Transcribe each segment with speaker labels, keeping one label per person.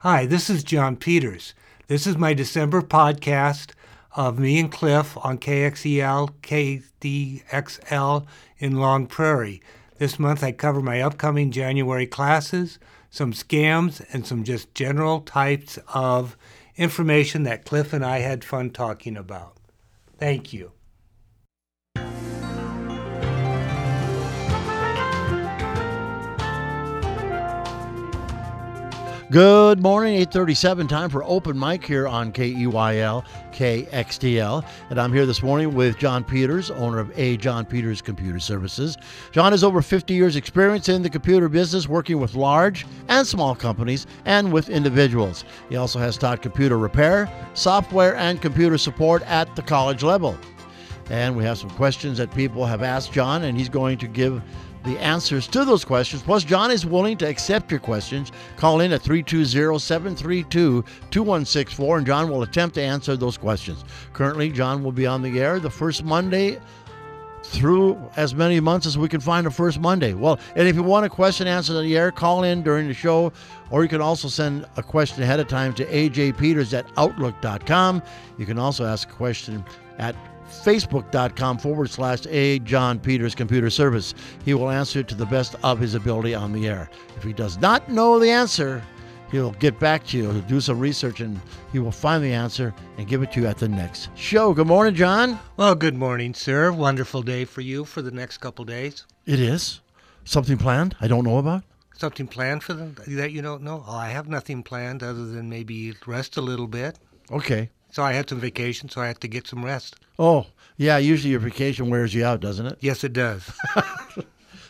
Speaker 1: Hi, this is John Peters. This is my December podcast of me and Cliff on E KXEL, KDXL in Long Prairie. This month I cover my upcoming January classes, some scams, and some just general types of information that Cliff and I had fun talking about. Thank you.
Speaker 2: Good morning, 837. Time for open mic here on E KEYL, KXTL. And I'm here this morning with John Peters, owner of A. John Peters Computer Services. John has over 50 years' experience in the computer business, working with large and small companies and with individuals. He also has taught computer repair, software, and computer support at the college level. And we have some questions that people have asked John, and he's going to give the answers to those questions. Plus, John is willing to accept your questions. Call in at 320 732 2164, and John will attempt to answer those questions. Currently, John will be on the air the first Monday through as many months as we can find the first Monday. Well, and if you want a question answered on the air, call in during the show, or you can also send a question ahead of time to ajpeters at outlook.com. You can also ask a question at facebook.com forward slash a john peters computer service he will answer to the best of his ability on the air if he does not know the answer he'll get back to you he'll do some research and he will find the answer and give it to you at the next show good morning john
Speaker 1: Well, good morning, sir. Wonderful day for you for the next couple days.
Speaker 2: it is something planned i don't know about
Speaker 1: Something planned for them that you don't know? Oh, I have nothing planned other than maybe rest a little bit.
Speaker 2: okay
Speaker 1: So I had some vacation, so I had to get some rest.
Speaker 2: oh yeah usually your vacation wears you out doesn't it
Speaker 1: Yes, it does.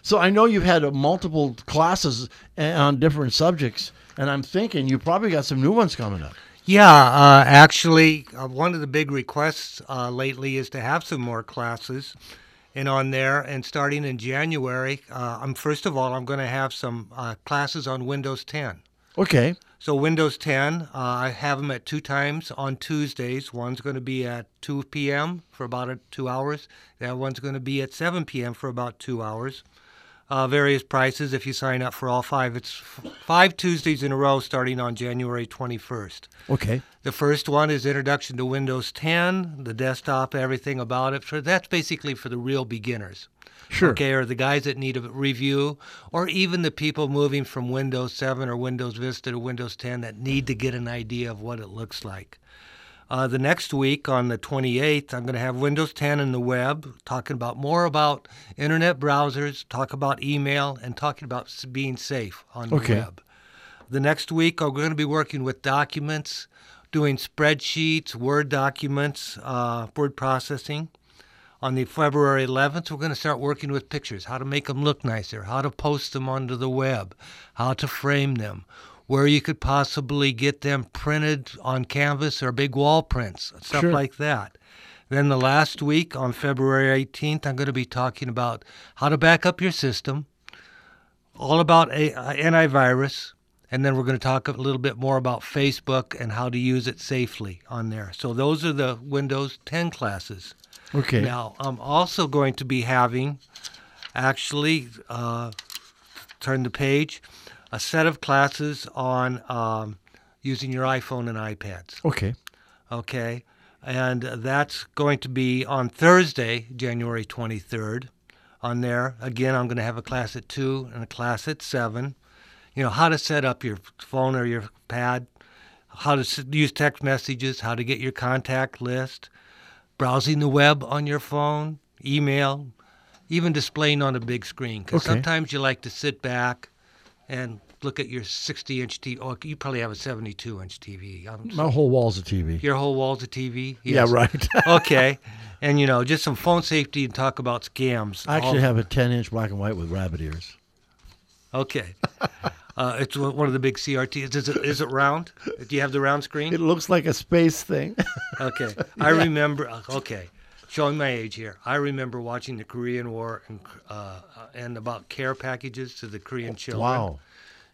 Speaker 2: so i know you've had uh, multiple classes uh, on different subjects and i'm thinking you probably got some new ones coming up
Speaker 1: yeah, uh, actually, uh, one of the big requests uh, lately is to have some more classes. And on there, and starting in January, uh, I'm first of all, I'm going to have some uh, classes on Windows 10.
Speaker 2: okay
Speaker 1: So Windows 10, uh, I have them at two times on Tuesdays. One's going to be at 2 p.m. for about uh, two hours. The other one's going to be at 7 p.m. for about two hours. Uh, various prices if you sign up for all five. It's f- five Tuesdays in a row starting on January 21st.
Speaker 2: okay
Speaker 1: The first one is Introduction to Windows 10, the desktop, everything about it. For that's basically for the real beginners.
Speaker 2: sure
Speaker 1: Okay, or the guys that need a review, or even the people moving from Windows 7 or Windows Vista to Windows 10 that need to get an idea of what it looks like. Uh, the next week on the 28th, I'm going to have Windows 10 and the web, talking about more about internet browsers, talk about email, and talking about s- being safe on
Speaker 2: Okay.
Speaker 1: the web. The next week, I'm going to be working with documents, doing spreadsheets, Word documents, uh, word processing on the February 11th, we're going to start working with pictures, how to make them look nicer, how to post them onto the web, how to frame them, where you could possibly get them printed on canvas or big wall prints, stuff
Speaker 2: Sure.
Speaker 1: like that. Then the last week on February 18th, I'm going to be talking about how to back up your system, all about a, uh, antivirus, and then we're going to talk a little bit more about Facebook and how to use it safely on there. So those are the Windows 10 classes.
Speaker 2: okay
Speaker 1: Now, I'm also going to be having, actually, uh, turn the page, a set of classes on um, using your iPhone and iPads.
Speaker 2: okay
Speaker 1: Okay. And that's going to be on Thursday, January 23rd. On there, again, I'm going to have a class at 2 and a class at 7. You know, how to set up your phone or your pad, how to s- use text messages, how to get your contact list, browsing the web on your phone, email, even displaying on a big screen. Because
Speaker 2: Okay.
Speaker 1: sometimes you like to sit back and look at your 60 inch TV. Or you probably have a 72 inch TV. I'm
Speaker 2: My whole wall's a TV.
Speaker 1: your whole wall's a TV.
Speaker 2: Yeah,
Speaker 1: Yes.
Speaker 2: right.
Speaker 1: okay, and you know, just some phone safety and talk about scams.
Speaker 2: I actually
Speaker 1: All-
Speaker 2: have a 10 inch black and white with rabbit ears.
Speaker 1: Okay, uh, it's one one of the big CRTs. Is it is it round? Do you have the round
Speaker 2: It
Speaker 1: screen?
Speaker 2: looks like a space thing.
Speaker 1: Okay, I remember. uh, Okay, showing my age here. I remember watching the Korean War and uh, and about care packages to the Korean children.
Speaker 2: Oh, wow.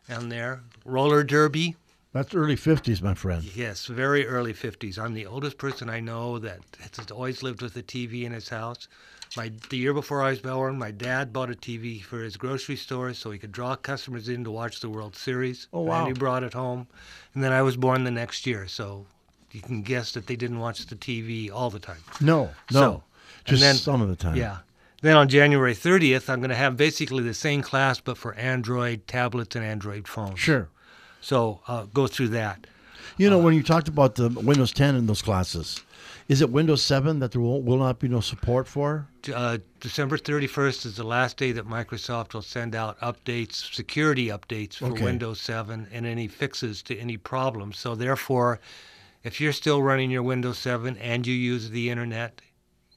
Speaker 1: And there, roller derby.
Speaker 2: That's early 50s, my friend.
Speaker 1: Yes, very early 50s. I'm the oldest person I know that has always lived with a TV in his house. My the year before I was born, my dad bought a TV for his grocery store so he could draw customers in to watch the World Series.
Speaker 2: Oh, wow.
Speaker 1: And he brought it home, and then I was born the next year. So you can guess that they didn't watch the TV all the time.
Speaker 2: No, no.
Speaker 1: So, and
Speaker 2: just
Speaker 1: then-
Speaker 2: some of the time.
Speaker 1: Yeah. Then on January 30th, I'm going to have basically the same class, but for Android tablets and Android phones.
Speaker 2: Sure.
Speaker 1: So uh, go through that.
Speaker 2: You know, when you talked about the Windows 10 in those classes, is it Windows 7 that there will, will not be no support for?
Speaker 1: Uh, December 31st is the last day that Microsoft will send out updates, security updates for
Speaker 2: Okay.
Speaker 1: Windows 7 and any fixes to any problems. So therefore, if you're still running your Windows 7 and you use the internet,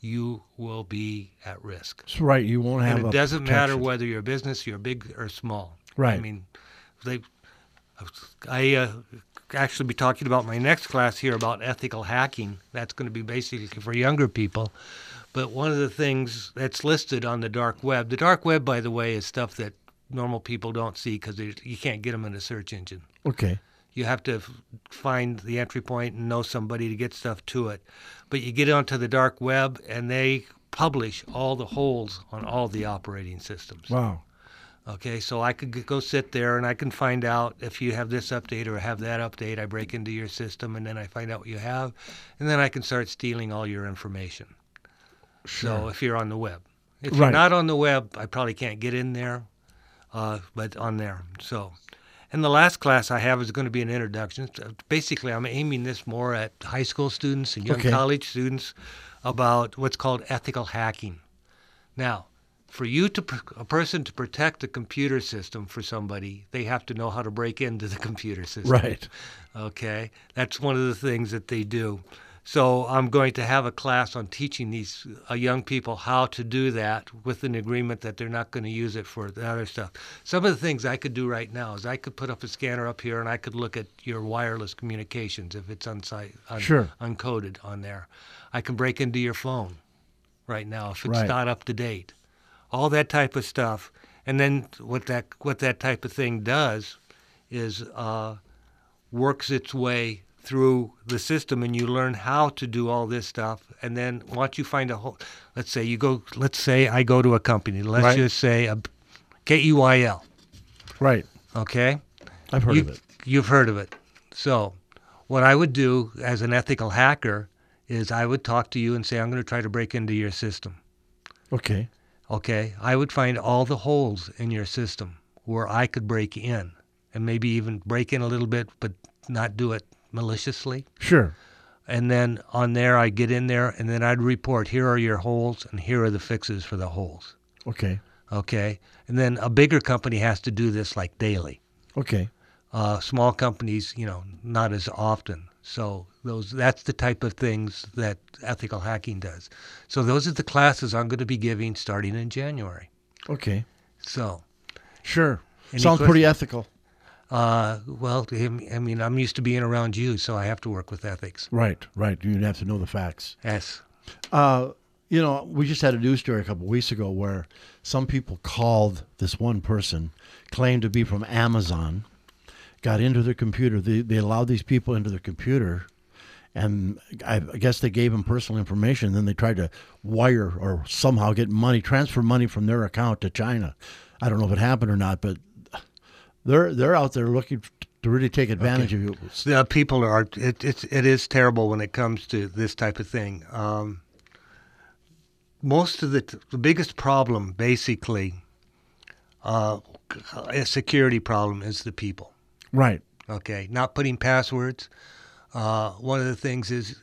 Speaker 1: you will be at risk.
Speaker 2: That's right. You won't have.
Speaker 1: and
Speaker 2: a
Speaker 1: it doesn't matter
Speaker 2: protection.
Speaker 1: whether you're a business, you're big or small. I
Speaker 2: Right.
Speaker 1: mean, they. I uh, actually be talking about my next class here about ethical hacking. That's going to be basically for younger people. But one of the things that's listed on the dark web, the dark web, by the way, is stuff that normal people don't see because you can't get them in a search engine.
Speaker 2: Okay.
Speaker 1: You have to f- find the entry point and know somebody to get stuff to it. But you get onto the dark web and they publish all the holes on all the operating systems.
Speaker 2: Wow.
Speaker 1: Okay, so I could g- go sit there and I can find out if you have this update or have that update. I break into your system and then I find out what you have, and then I can start stealing all your information. So if you're on the web, if you're
Speaker 2: Right.
Speaker 1: not on the web, I probably can't get in there, uh, but on there. So, and the last class I have is going to be an introduction. So Basically, I'm aiming this more at high school students and young
Speaker 2: Okay.
Speaker 1: college students about what's called ethical hacking. Now, for you to pr- a person to protect a computer system for somebody, they have to know how to break into the computer system.
Speaker 2: Right.
Speaker 1: Okay, that's one of the things that they do. So I'm going to have a class on teaching these uh, young people how to do that with an agreement that they're not going to use it for the other stuff. Some of the things I could do right now is I could put up a scanner up here and I could look at your wireless communications if it's unsi- un-
Speaker 2: Sure.
Speaker 1: uncoded on there. I can break into your phone right now if it's
Speaker 2: Right.
Speaker 1: not up to date. All that type of stuff. And then what that what that type of thing does is uh, works its way through the system and you learn how to do all this stuff and then once you find a whole let's say you go let's say I go to a company let's
Speaker 2: Right.
Speaker 1: just say a KEYL
Speaker 2: Right.
Speaker 1: okay
Speaker 2: I've heard
Speaker 1: you,
Speaker 2: of it.
Speaker 1: have heard of it. So, what I would do as an ethical hacker is I would talk to you and say, I'm going to try to break into your system.
Speaker 2: Okay.
Speaker 1: Okay. I would find all the holes in your system where I could break in and maybe even break in a little bit, but not do it maliciously.
Speaker 2: Sure.
Speaker 1: And then on there, I'd get in there and then I'd report, here are your holes and here are the fixes for the holes.
Speaker 2: Okay.
Speaker 1: Okay. And then a bigger company has to do this like daily.
Speaker 2: Okay.
Speaker 1: uh, small companies, you know, not as often. So those that's the type of things that ethical hacking does. So those are the classes I'm going to be giving starting in January.
Speaker 2: Okay.
Speaker 1: So,
Speaker 2: Sure.
Speaker 1: Any
Speaker 2: Sounds pretty ethical.
Speaker 1: uh, well, I m- I mean, I'm used to being around you, so I have to work with ethics.
Speaker 2: Right. Right. You'd have to know the facts.
Speaker 1: Yes.
Speaker 2: Uh, you know, we just had a news story a couple weeks ago where some people called this one person, claimed to be from Amazon, got into their computer. They, they allowed these people into their computer, and I, I guess they gave them personal information. Then they tried to wire or somehow get money, transfer money from their account to China. I don't know if it happened or not, but they're they're out there looking to really take advantage of you.
Speaker 1: The people are it, it's it is terrible when it comes to this type of thing. Um, most of the the biggest problem, basically, uh, a security problem, is the people.
Speaker 2: Right.
Speaker 1: okay not putting passwords uh, one of the things is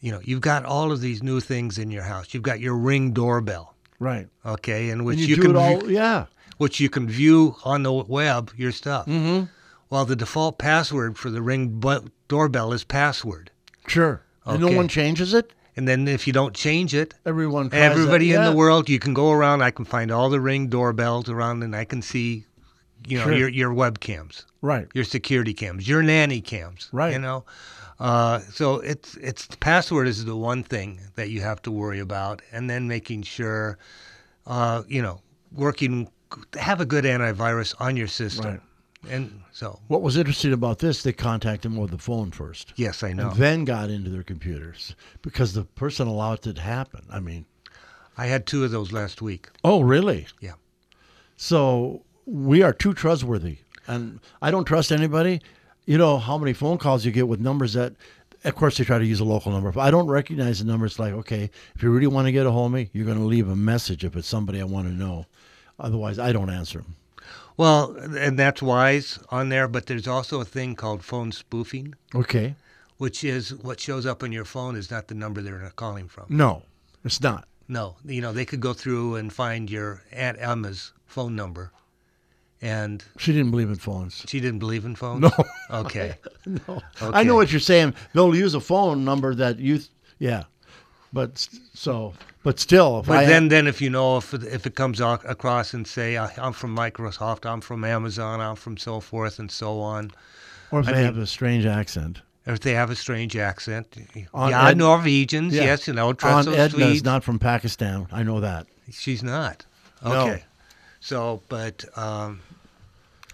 Speaker 1: you know you've got all of these new things in your house you've got your ring doorbell
Speaker 2: Right.
Speaker 1: okay in which
Speaker 2: And
Speaker 1: you,
Speaker 2: you, do
Speaker 1: can
Speaker 2: it all.
Speaker 1: view-
Speaker 2: Yeah.
Speaker 1: which you can view on the web your stuff
Speaker 2: Mm.
Speaker 1: mm-hmm. well the default password for the ring bu- doorbell is password
Speaker 2: Sure. And no
Speaker 1: Okay.
Speaker 2: one changes it.
Speaker 1: and then if you don't change it
Speaker 2: Everyone. Cries out,
Speaker 1: everybody in
Speaker 2: "Yeah."
Speaker 1: the world you can go around i can find all the ring doorbells around and i can see you know
Speaker 2: Sure.
Speaker 1: your, your webcams
Speaker 2: Right.
Speaker 1: your security cams, your nanny cams.
Speaker 2: Right.
Speaker 1: You know, uh, so it's it's the password is the one thing that you have to worry about, and then making sure, uh, you know, working have a good antivirus on your system,
Speaker 2: Right.
Speaker 1: and so
Speaker 2: What was interesting about this, they contacted them over the phone first,
Speaker 1: yes, I know.
Speaker 2: and then got into their computers because the person allowed it to happen. I mean,
Speaker 1: I had two of those last week.
Speaker 2: Oh, really?
Speaker 1: Yeah.
Speaker 2: So we are too trustworthy, and I don't trust anybody. You know how many phone calls you get with numbers that, of course, they try to use a local number. If I don't recognize the number, it's like, okay, if you really want to get a hold of me, you're going to leave a message if it's somebody I want to know. Otherwise, I don't answer them.
Speaker 1: Well, and that's wise on there, but there's also a thing called phone spoofing,
Speaker 2: Okay.
Speaker 1: which is what shows up on your phone is not the number they're calling from.
Speaker 2: No, it's not.
Speaker 1: No, you know, they could go through and find your Aunt Emma's phone number. And
Speaker 2: She didn't believe in phones.
Speaker 1: she didn't believe in phones?
Speaker 2: No.
Speaker 1: Okay.
Speaker 2: No. I
Speaker 1: Okay.
Speaker 2: know what you're saying. They'll use a phone number that you, th- yeah, but s- so, but still, if
Speaker 1: But
Speaker 2: I
Speaker 1: then, then if you know if it- if it comes ac- across and say "I- I'm from Microsoft, I'm from Amazon, I'm from so forth and so on,
Speaker 2: or if they have a strange accent,
Speaker 1: or if they have a strange accent,
Speaker 2: On
Speaker 1: yeah,
Speaker 2: Ed-
Speaker 1: Norwegians,
Speaker 2: Yeah.
Speaker 1: yes, you know, trust
Speaker 2: Aunt
Speaker 1: those
Speaker 2: Edna is
Speaker 1: Swedes.
Speaker 2: not from Pakistan. I know that.
Speaker 1: She's not.
Speaker 2: No.
Speaker 1: Okay. So, but um,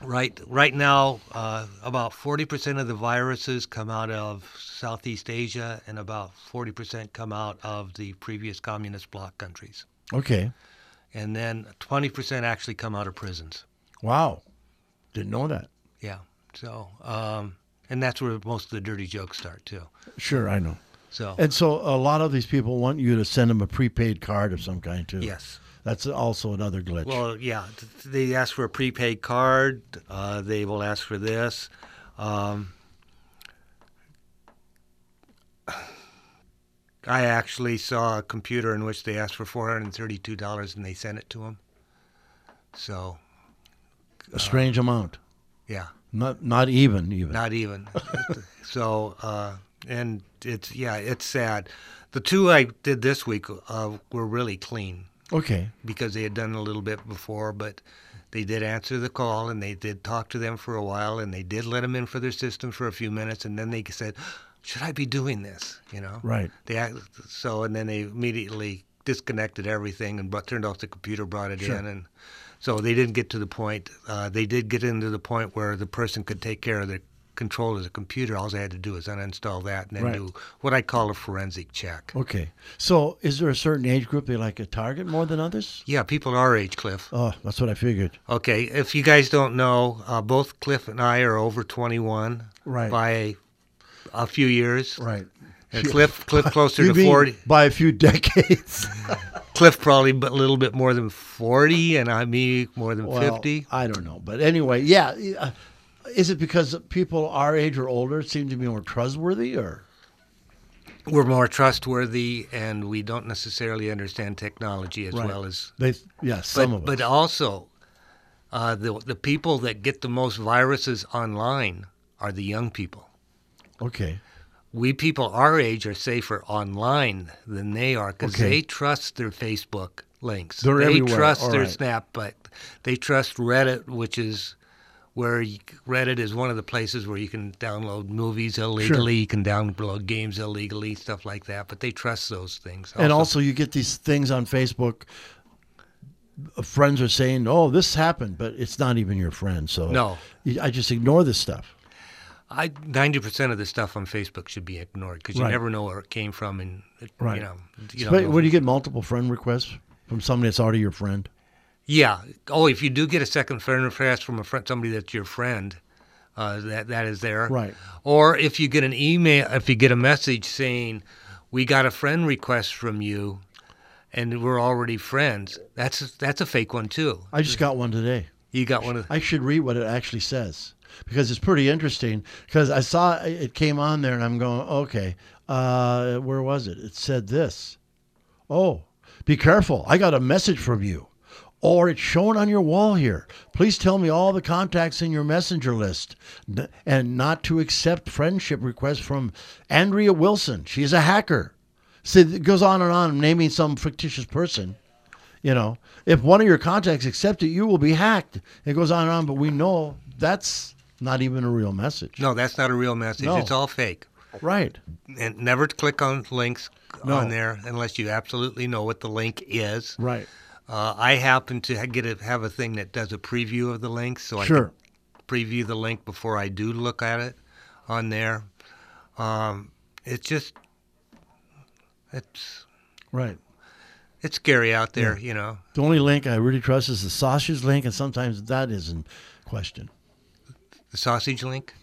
Speaker 1: right right now, uh, about forty percent of the viruses come out of Southeast Asia, and about forty percent come out of the previous communist bloc countries,
Speaker 2: Okay.
Speaker 1: and then twenty percent actually come out of prisons.
Speaker 2: Wow. Didn't know that.
Speaker 1: Yeah. So, um, and that's where most of the dirty jokes start too.
Speaker 2: Sure, I know.
Speaker 1: So,
Speaker 2: And so a lot of these people want you to send them a prepaid card of some kind too.
Speaker 1: yes.
Speaker 2: That's also another glitch.
Speaker 1: Well, yeah, th- they ask for a prepaid card. Uh, they will ask for this. Um, I actually saw a computer in which they asked for four hundred and thirty-two dollars, and they sent it to them. So,
Speaker 2: a strange amount.
Speaker 1: yeah,
Speaker 2: Not not even even.
Speaker 1: uh, not even. so, uh, and it's yeah, it's sad. The two I did this week uh, were really clean.
Speaker 2: okay.
Speaker 1: because they had done a little bit before, but they did answer the call and they did talk to them for a while and they did let them in for their system for a few minutes and then they said, "Should I be doing this?" You know.
Speaker 2: Right.
Speaker 1: They act- so and then they immediately disconnected everything and brought, turned off the computer, brought it
Speaker 2: Sure.
Speaker 1: in, and so they didn't get to the point. Uh, they did get into the point where the person could take care of the control of the computer. All they had to do is uninstall that and then
Speaker 2: Right.
Speaker 1: do what I call a forensic check.
Speaker 2: Okay. So is there a certain age group they like to target more than others?
Speaker 1: Yeah, people our age, Cliff.
Speaker 2: Oh, that's what I figured.
Speaker 1: Okay, if you guys don't know, uh, both Cliff and I are over 21
Speaker 2: Right.
Speaker 1: by a, a few years.
Speaker 2: Right.
Speaker 1: And Cliff, Cliff closer
Speaker 2: You
Speaker 1: to
Speaker 2: mean
Speaker 1: 40.
Speaker 2: by a few decades.
Speaker 1: Cliff probably but a little bit more than 40, and I me more than
Speaker 2: Well,
Speaker 1: 50.
Speaker 2: I don't know, but anyway, yeah. uh, Is it because people our age or older seem to be more trustworthy, or
Speaker 1: We're more trustworthy, and we don't necessarily understand technology as
Speaker 2: Right.
Speaker 1: well as
Speaker 2: they? Yeah, some
Speaker 1: but,
Speaker 2: of
Speaker 1: but
Speaker 2: us.
Speaker 1: also, uh, the the people that get the most viruses online are the young people.
Speaker 2: okay,
Speaker 1: we people our age are safer online than they are because
Speaker 2: Okay.
Speaker 1: they trust their Facebook links.
Speaker 2: They're
Speaker 1: they
Speaker 2: everywhere.
Speaker 1: trust
Speaker 2: All
Speaker 1: their
Speaker 2: right.
Speaker 1: Snap, but they trust Reddit, which is where you, Reddit is one of the places where you can download movies illegally, you can download games illegally, stuff like that. But they trust those things.
Speaker 2: and also you get these things on Facebook. uh, Friends are saying, "Oh, this happened," but it's not even your friend. So
Speaker 1: No.
Speaker 2: You- I just ignore this stuff.
Speaker 1: I ninety percent of the stuff on Facebook should be ignored because you
Speaker 2: Right.
Speaker 1: never know where it came from, and it-
Speaker 2: Right.
Speaker 1: you know, you
Speaker 2: but
Speaker 1: know
Speaker 2: when you get multiple friend requests from somebody that's already your friend,
Speaker 1: Yeah. Oh, if you do get a second friend request from a friend, somebody that's your friend, uh, that that is there.
Speaker 2: Right.
Speaker 1: Or if you get an email, if you get a message saying, "We got a friend request from you," and we're already friends, that's that's a fake one too.
Speaker 2: I just got one today.
Speaker 1: You got one of.
Speaker 2: I should read what it actually says because it's pretty interesting. Because I saw it- it came on there, and I'm going, okay, uh, where was it? It said this. Oh, be careful! I got a message from you, or it's shown on your wall here. Please tell me all the contacts in your messenger list, N- and not to accept friendship requests from Andrea Wilson. She's a hacker. See, it goes on and on, naming some fictitious person. You know, if one of your contacts accept it, you will be hacked. It goes on and on, but we know that's not even a real message.
Speaker 1: No, that's not a real message.
Speaker 2: No.
Speaker 1: It's all fake.
Speaker 2: Right.
Speaker 1: And never click on links
Speaker 2: No.
Speaker 1: on there unless you absolutely know what the link is.
Speaker 2: Right.
Speaker 1: Uh, I happen to ha- get a, have a thing that does a preview of the links, so I
Speaker 2: Sure.
Speaker 1: preview the link before I do look at it on there. Um, it's just it's
Speaker 2: Right.
Speaker 1: it's scary out there, you know.
Speaker 2: The only link I really trust is the sausage link, and sometimes that is in question.
Speaker 1: The sausage link?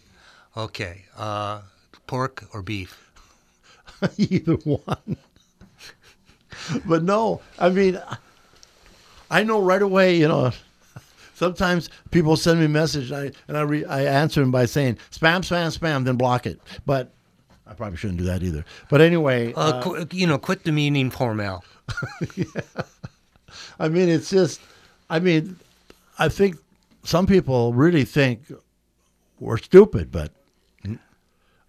Speaker 1: Okay. Uh, pork or beef?
Speaker 2: Either one. but no, I mean, I know right away, you know. Sometimes people send me a message and I, and I, re, I answer them by saying spam, spam, spam, then block it. But I probably shouldn't do that either. But anyway,
Speaker 1: Uh, qu- you know, quit demeaning Hormel.
Speaker 2: I mean, it's just, I mean, I think some people really think we're stupid, but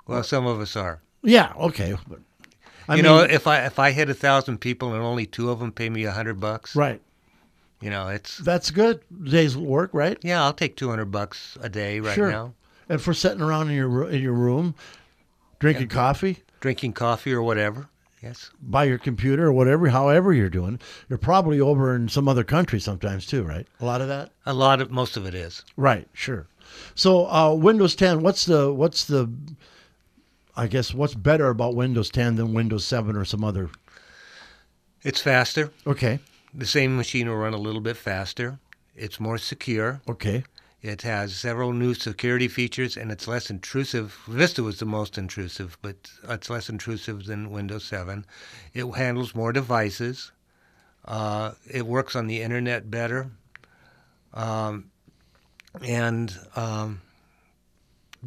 Speaker 1: Well, some of us are.
Speaker 2: yeah, okay. But, I
Speaker 1: you
Speaker 2: mean,
Speaker 1: know, if I if I hit a thousand people and only two of them pay me a hundred bucks,
Speaker 2: right.
Speaker 1: you know, it's
Speaker 2: That's good. Days work, right?
Speaker 1: yeah, I'll take two hundred bucks a day right now,
Speaker 2: And for sitting around in your ro- in your room, drinking coffee
Speaker 1: drinking coffee or whatever. Yes,
Speaker 2: by your computer or whatever, however you're doing, you're probably over in some other country sometimes too, right? A lot of that.
Speaker 1: a lot of most of it is.
Speaker 2: Right. Sure. So uh, Windows 10. What's the what's the I guess what's better about Windows 10 than Windows 7 or some other?
Speaker 1: It's faster.
Speaker 2: Okay.
Speaker 1: The same machine will run a little bit faster. It's more secure.
Speaker 2: Okay.
Speaker 1: It has several new security features and it's less intrusive. Vista was the most intrusive, but it's less intrusive than Windows 7. It handles more devices. Uh, it works on the internet better. Um, and um,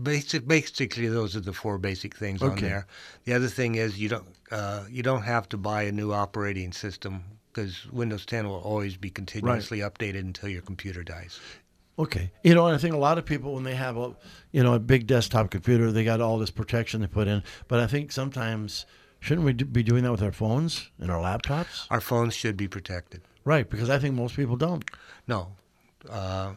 Speaker 1: basic, basically, those are the four basic things on
Speaker 2: Okay.
Speaker 1: there. The other thing is you don't uh, you don't have to buy a new operating system because Windows 10 will always be continuously updated until your computer dies.
Speaker 2: Okay. You know, and I think a lot of people when they have a you know a big desktop computer, they got all this protection they put in. But I think sometimes shouldn't we do, be doing that with our phones and our laptops?
Speaker 1: Our phones should be protected.
Speaker 2: Right. Because I think most people don't.
Speaker 1: No. Uh,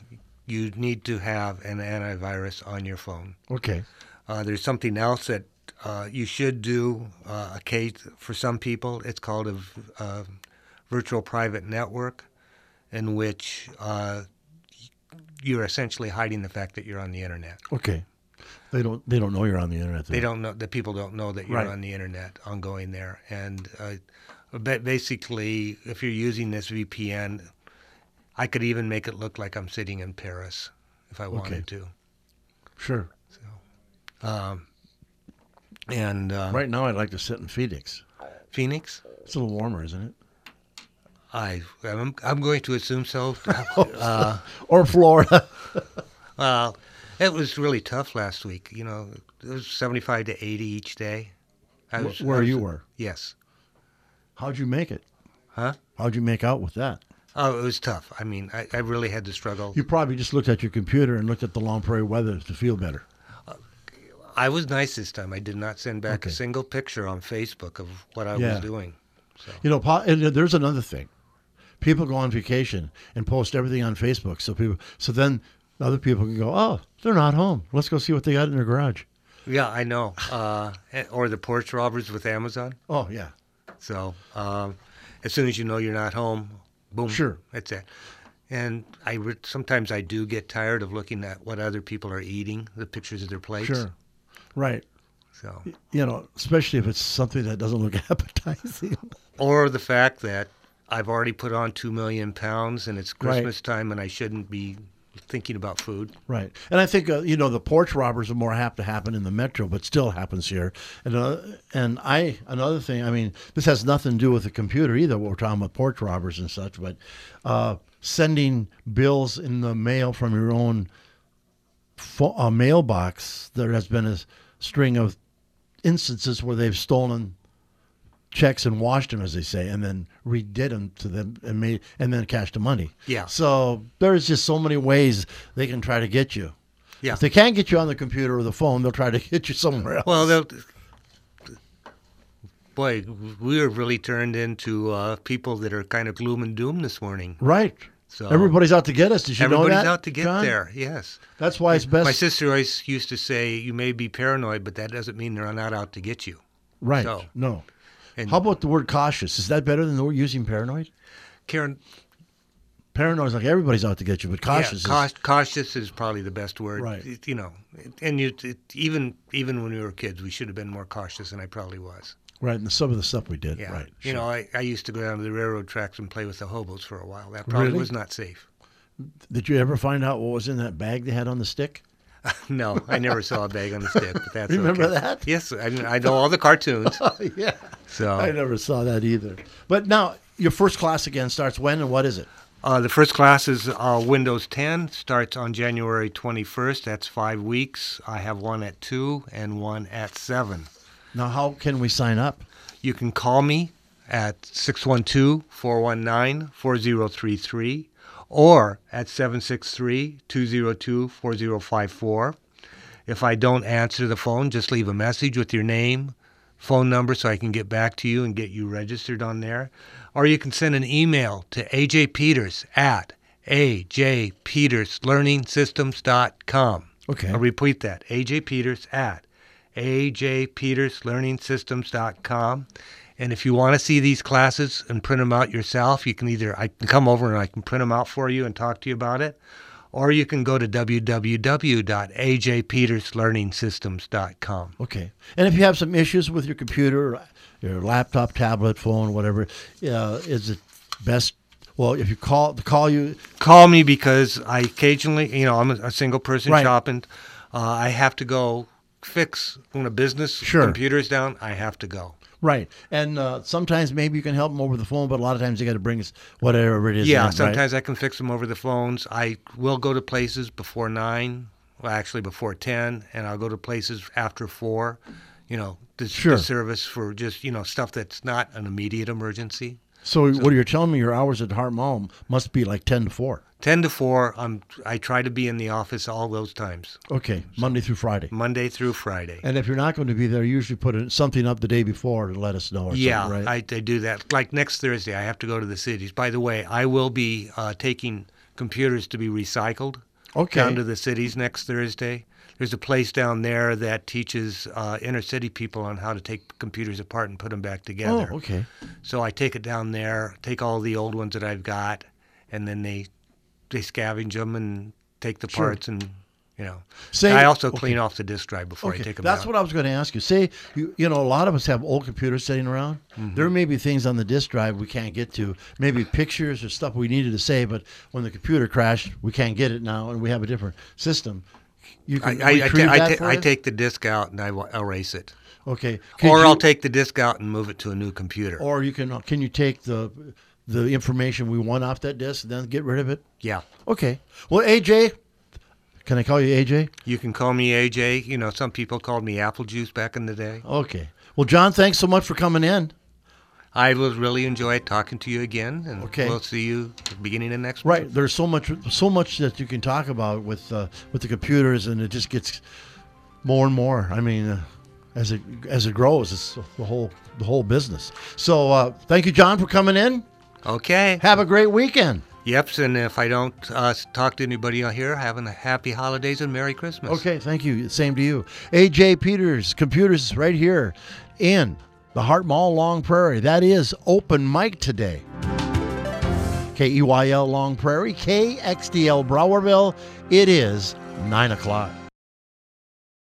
Speaker 1: you need to have an antivirus on your phone.
Speaker 2: Okay.
Speaker 1: Uh, there's something else that uh, you should do uh, a case for some people. It's called a, v- a virtual private network, in which uh, you're essentially hiding the fact that you're on the internet.
Speaker 2: Okay. They don't they don't know you're on the internet.
Speaker 1: They don't know the people don't know that you're
Speaker 2: Mm-hmm. Right.
Speaker 1: on the internet on going there, and uh, but basically, if you're using this VPN, I could even make it look like I'm sitting in Paris if I wanted
Speaker 2: Sure.
Speaker 1: to. Um, and um,
Speaker 2: Right now, I'd like to sit in Phoenix.
Speaker 1: Phoenix,
Speaker 2: It's a little warmer, isn't it?
Speaker 1: I I'm, I'm going to assume so. uh,
Speaker 2: Or Florida.
Speaker 1: well, it was really tough last week. You know, it was 75 to 80 each day. I was, I
Speaker 2: where
Speaker 1: was-
Speaker 2: you were.
Speaker 1: Yes.
Speaker 2: How'd you make it?
Speaker 1: Huh?
Speaker 2: How'd you make out with that?
Speaker 1: Oh, it was tough. I mean, I, I really had to struggle.
Speaker 2: You probably just looked at your computer and looked at the Long Prairie weather to feel better.
Speaker 1: I was nice this time. I did not send back
Speaker 2: Okay.
Speaker 1: a single picture on Facebook of what I
Speaker 2: Yeah.
Speaker 1: was doing. So
Speaker 2: You know, po- and uh, there's another thing. People go on vacation and post everything on Facebook, so people, so then other people can go, oh, they're not home. Let's go see what they got in their garage.
Speaker 1: yeah, I know. Uh, eh, or the porch robbers with Amazon.
Speaker 2: Oh yeah,
Speaker 1: So um, as soon as you know you're not home, boom.
Speaker 2: Sure.
Speaker 1: That's it. And I re- sometimes I do get tired of looking at what other people are eating, the pictures of their plates.
Speaker 2: sure, right.
Speaker 1: So
Speaker 2: You know, especially if it's something that doesn't look appetizing.
Speaker 1: or the fact that I've already put on two million pounds and it's
Speaker 2: Right.
Speaker 1: Christmas time and I shouldn't be thinking about food.
Speaker 2: Right, and I think uh, you know the porch robbers are more apt to happen in the metro, but still happens here. And uh, and I another thing, I mean, this has nothing to do with the computer either. What we're talking about porch robbers and such, but uh, sending bills in the mail from your own fo- uh, mailbox. There has been a s- string of instances where they've stolen checks and washed them, as they say, and then redid them to them and made and then cashed the money.
Speaker 1: Yeah.
Speaker 2: So there's just so many ways they can try to get you.
Speaker 1: Yeah.
Speaker 2: If they can't get you on the computer or the phone, they'll try to get you somewhere else.
Speaker 1: Well, they'll, boy, we are really turned into uh, people that are kind of gloom and doom this morning.
Speaker 2: right.
Speaker 1: So
Speaker 2: Everybody's out to get us. Did you know
Speaker 1: everybody's
Speaker 2: that?
Speaker 1: out to get
Speaker 2: John?
Speaker 1: there. Yes,
Speaker 2: That's why it's best.
Speaker 1: my sister always used to say, "You may be paranoid, but that doesn't mean they're not out to get you."
Speaker 2: right.
Speaker 1: so.
Speaker 2: No.
Speaker 1: And
Speaker 2: How about the word cautious? Is that better than the word using paranoid?
Speaker 1: Karen,
Speaker 2: Paranoid is like everybody's out to get you, but
Speaker 1: cautious, yeah,
Speaker 2: cautious
Speaker 1: caus-
Speaker 2: is
Speaker 1: cautious is probably the best word.
Speaker 2: Right.
Speaker 1: It- you know, it- and you, it, even even when we were kids, we should have been more cautious, and I probably was.
Speaker 2: Right, and some of the stuff we did.
Speaker 1: Yeah.
Speaker 2: Right.
Speaker 1: You know, I, I used to go down to the railroad tracks and play with the hobos for a while. That probably
Speaker 2: Really?
Speaker 1: was not safe.
Speaker 2: Did you ever find out what was in that bag they had on the stick?
Speaker 1: No, I never saw a bag on the stick, but that's
Speaker 2: Remember
Speaker 1: okay.
Speaker 2: that?
Speaker 1: Yes, I, I know all the cartoons.
Speaker 2: yeah. I
Speaker 1: So
Speaker 2: never saw that either. But now your first class again starts when and what is it?
Speaker 1: uh, the first class is uh, Windows 10, starts on January 21st. That's five weeks. I have one at 2 and one at 7.
Speaker 2: Now how can we sign up?
Speaker 1: You can call me at 612 419 4033 or at 763 202 4054. If I don't answer the phone, just leave a message with your name, phone number, so I can get back to you and get you registered on there. Or you can send an email to ajpeters at ajpeterslearningsystems.com.
Speaker 2: Okay.
Speaker 1: I'll repeat that. AJ Peters at ajpeterslearningsystems.com. And if you want to see these classes and print them out yourself, you can either I can come over and I can print them out for you and talk to you about it, or you can go to www.ajpeterslearningsystems.com.
Speaker 2: Okay. And if you have some issues with your computer, or your laptop, tablet, phone, whatever, uh, is it best? Well, if you call to call you,
Speaker 1: Call me because I occasionally, you know, I'm a, a single person
Speaker 2: Right.
Speaker 1: shopping. Uh, I have to go fix when a business
Speaker 2: Sure.
Speaker 1: computer's down. I have to go.
Speaker 2: right, and uh, sometimes maybe you can help them over the phone, but a lot of times you got to bring us whatever it is. in,
Speaker 1: Yeah,
Speaker 2: right?
Speaker 1: sometimes I can fix them over the phones. I will go to places before nine, well, actually before ten, and I'll go to places after four. You know, the,
Speaker 2: Sure.
Speaker 1: the service for just you know stuff that's not an immediate emergency.
Speaker 2: So, what you're telling me, your hours at Heart Mom must be like ten to four.
Speaker 1: Ten to four, I'm I try to be in the office all those times,
Speaker 2: Okay, Monday through Friday.
Speaker 1: Monday through Friday.
Speaker 2: Mm-hmm. And if you're not going to be there, you usually put in- something up the day before to let us know. Or
Speaker 1: Yeah,
Speaker 2: something, right.
Speaker 1: I, I do that. Like next Thursday, I have to go to the cities. By the way, I will be uh, taking computers to be recycled.
Speaker 2: okay.
Speaker 1: down to the cities next Thursday. There's a place down there that teaches uh, inner city people on how to take computers apart and put them back
Speaker 2: oh,
Speaker 1: together.
Speaker 2: okay.
Speaker 1: So I take it down there, take all the old ones that I've got, and then they they scavenge them and take the
Speaker 2: Sure.
Speaker 1: parts and you know.
Speaker 2: Say- Oh,
Speaker 1: And I also clean off the disk drive before I
Speaker 2: Okay,
Speaker 1: take them
Speaker 2: that's
Speaker 1: out.
Speaker 2: what I was going to ask you. Say, you, you know, a lot of us have old computers sitting around.
Speaker 1: Mm-hmm.
Speaker 2: There may be things on the disk drive we can't get to, maybe pictures or stuff we needed to say, but when the computer crashed, we can't get it now, and we have a different system. You
Speaker 1: I,
Speaker 2: can
Speaker 1: I, I,
Speaker 2: retrieve
Speaker 1: ta- I
Speaker 2: that
Speaker 1: ta-
Speaker 2: for
Speaker 1: I
Speaker 2: us?
Speaker 1: take the disk out and I wa- erase it,
Speaker 2: Okay,
Speaker 1: or
Speaker 2: Could you-
Speaker 1: I'll take the disk out and move it to a new computer.
Speaker 2: or you can can you take the the information we want off that disk and then get rid of it?
Speaker 1: yeah.
Speaker 2: Okay. Well, AJ, can I call you AJ?
Speaker 1: You can call me AJ. You know, some people called me Apple Juice back in the day.
Speaker 2: Okay. Well, John, thanks so much for coming in.
Speaker 1: I will really enjoy talking to you again, and
Speaker 2: Okay.
Speaker 1: we'll see you at the beginning of next month.
Speaker 2: Right. There's so much, so much that you can talk about with uh, with the computers, and it just gets more and more. I mean, uh, as it as it grows, it's the whole the whole business. So, uh, thank you, John, for coming in.
Speaker 1: Okay.
Speaker 2: Have a great weekend.
Speaker 1: Yep. And if I don't uh, talk to anybody out here, having a happy holidays and Merry Christmas.
Speaker 2: Okay. Thank you. Same to you. AJ Peters, computers right here in the Heart Mall, Long Prairie. That is open mic today. E KEYL Long Prairie, KXDL Browerville. It is nine o'clock.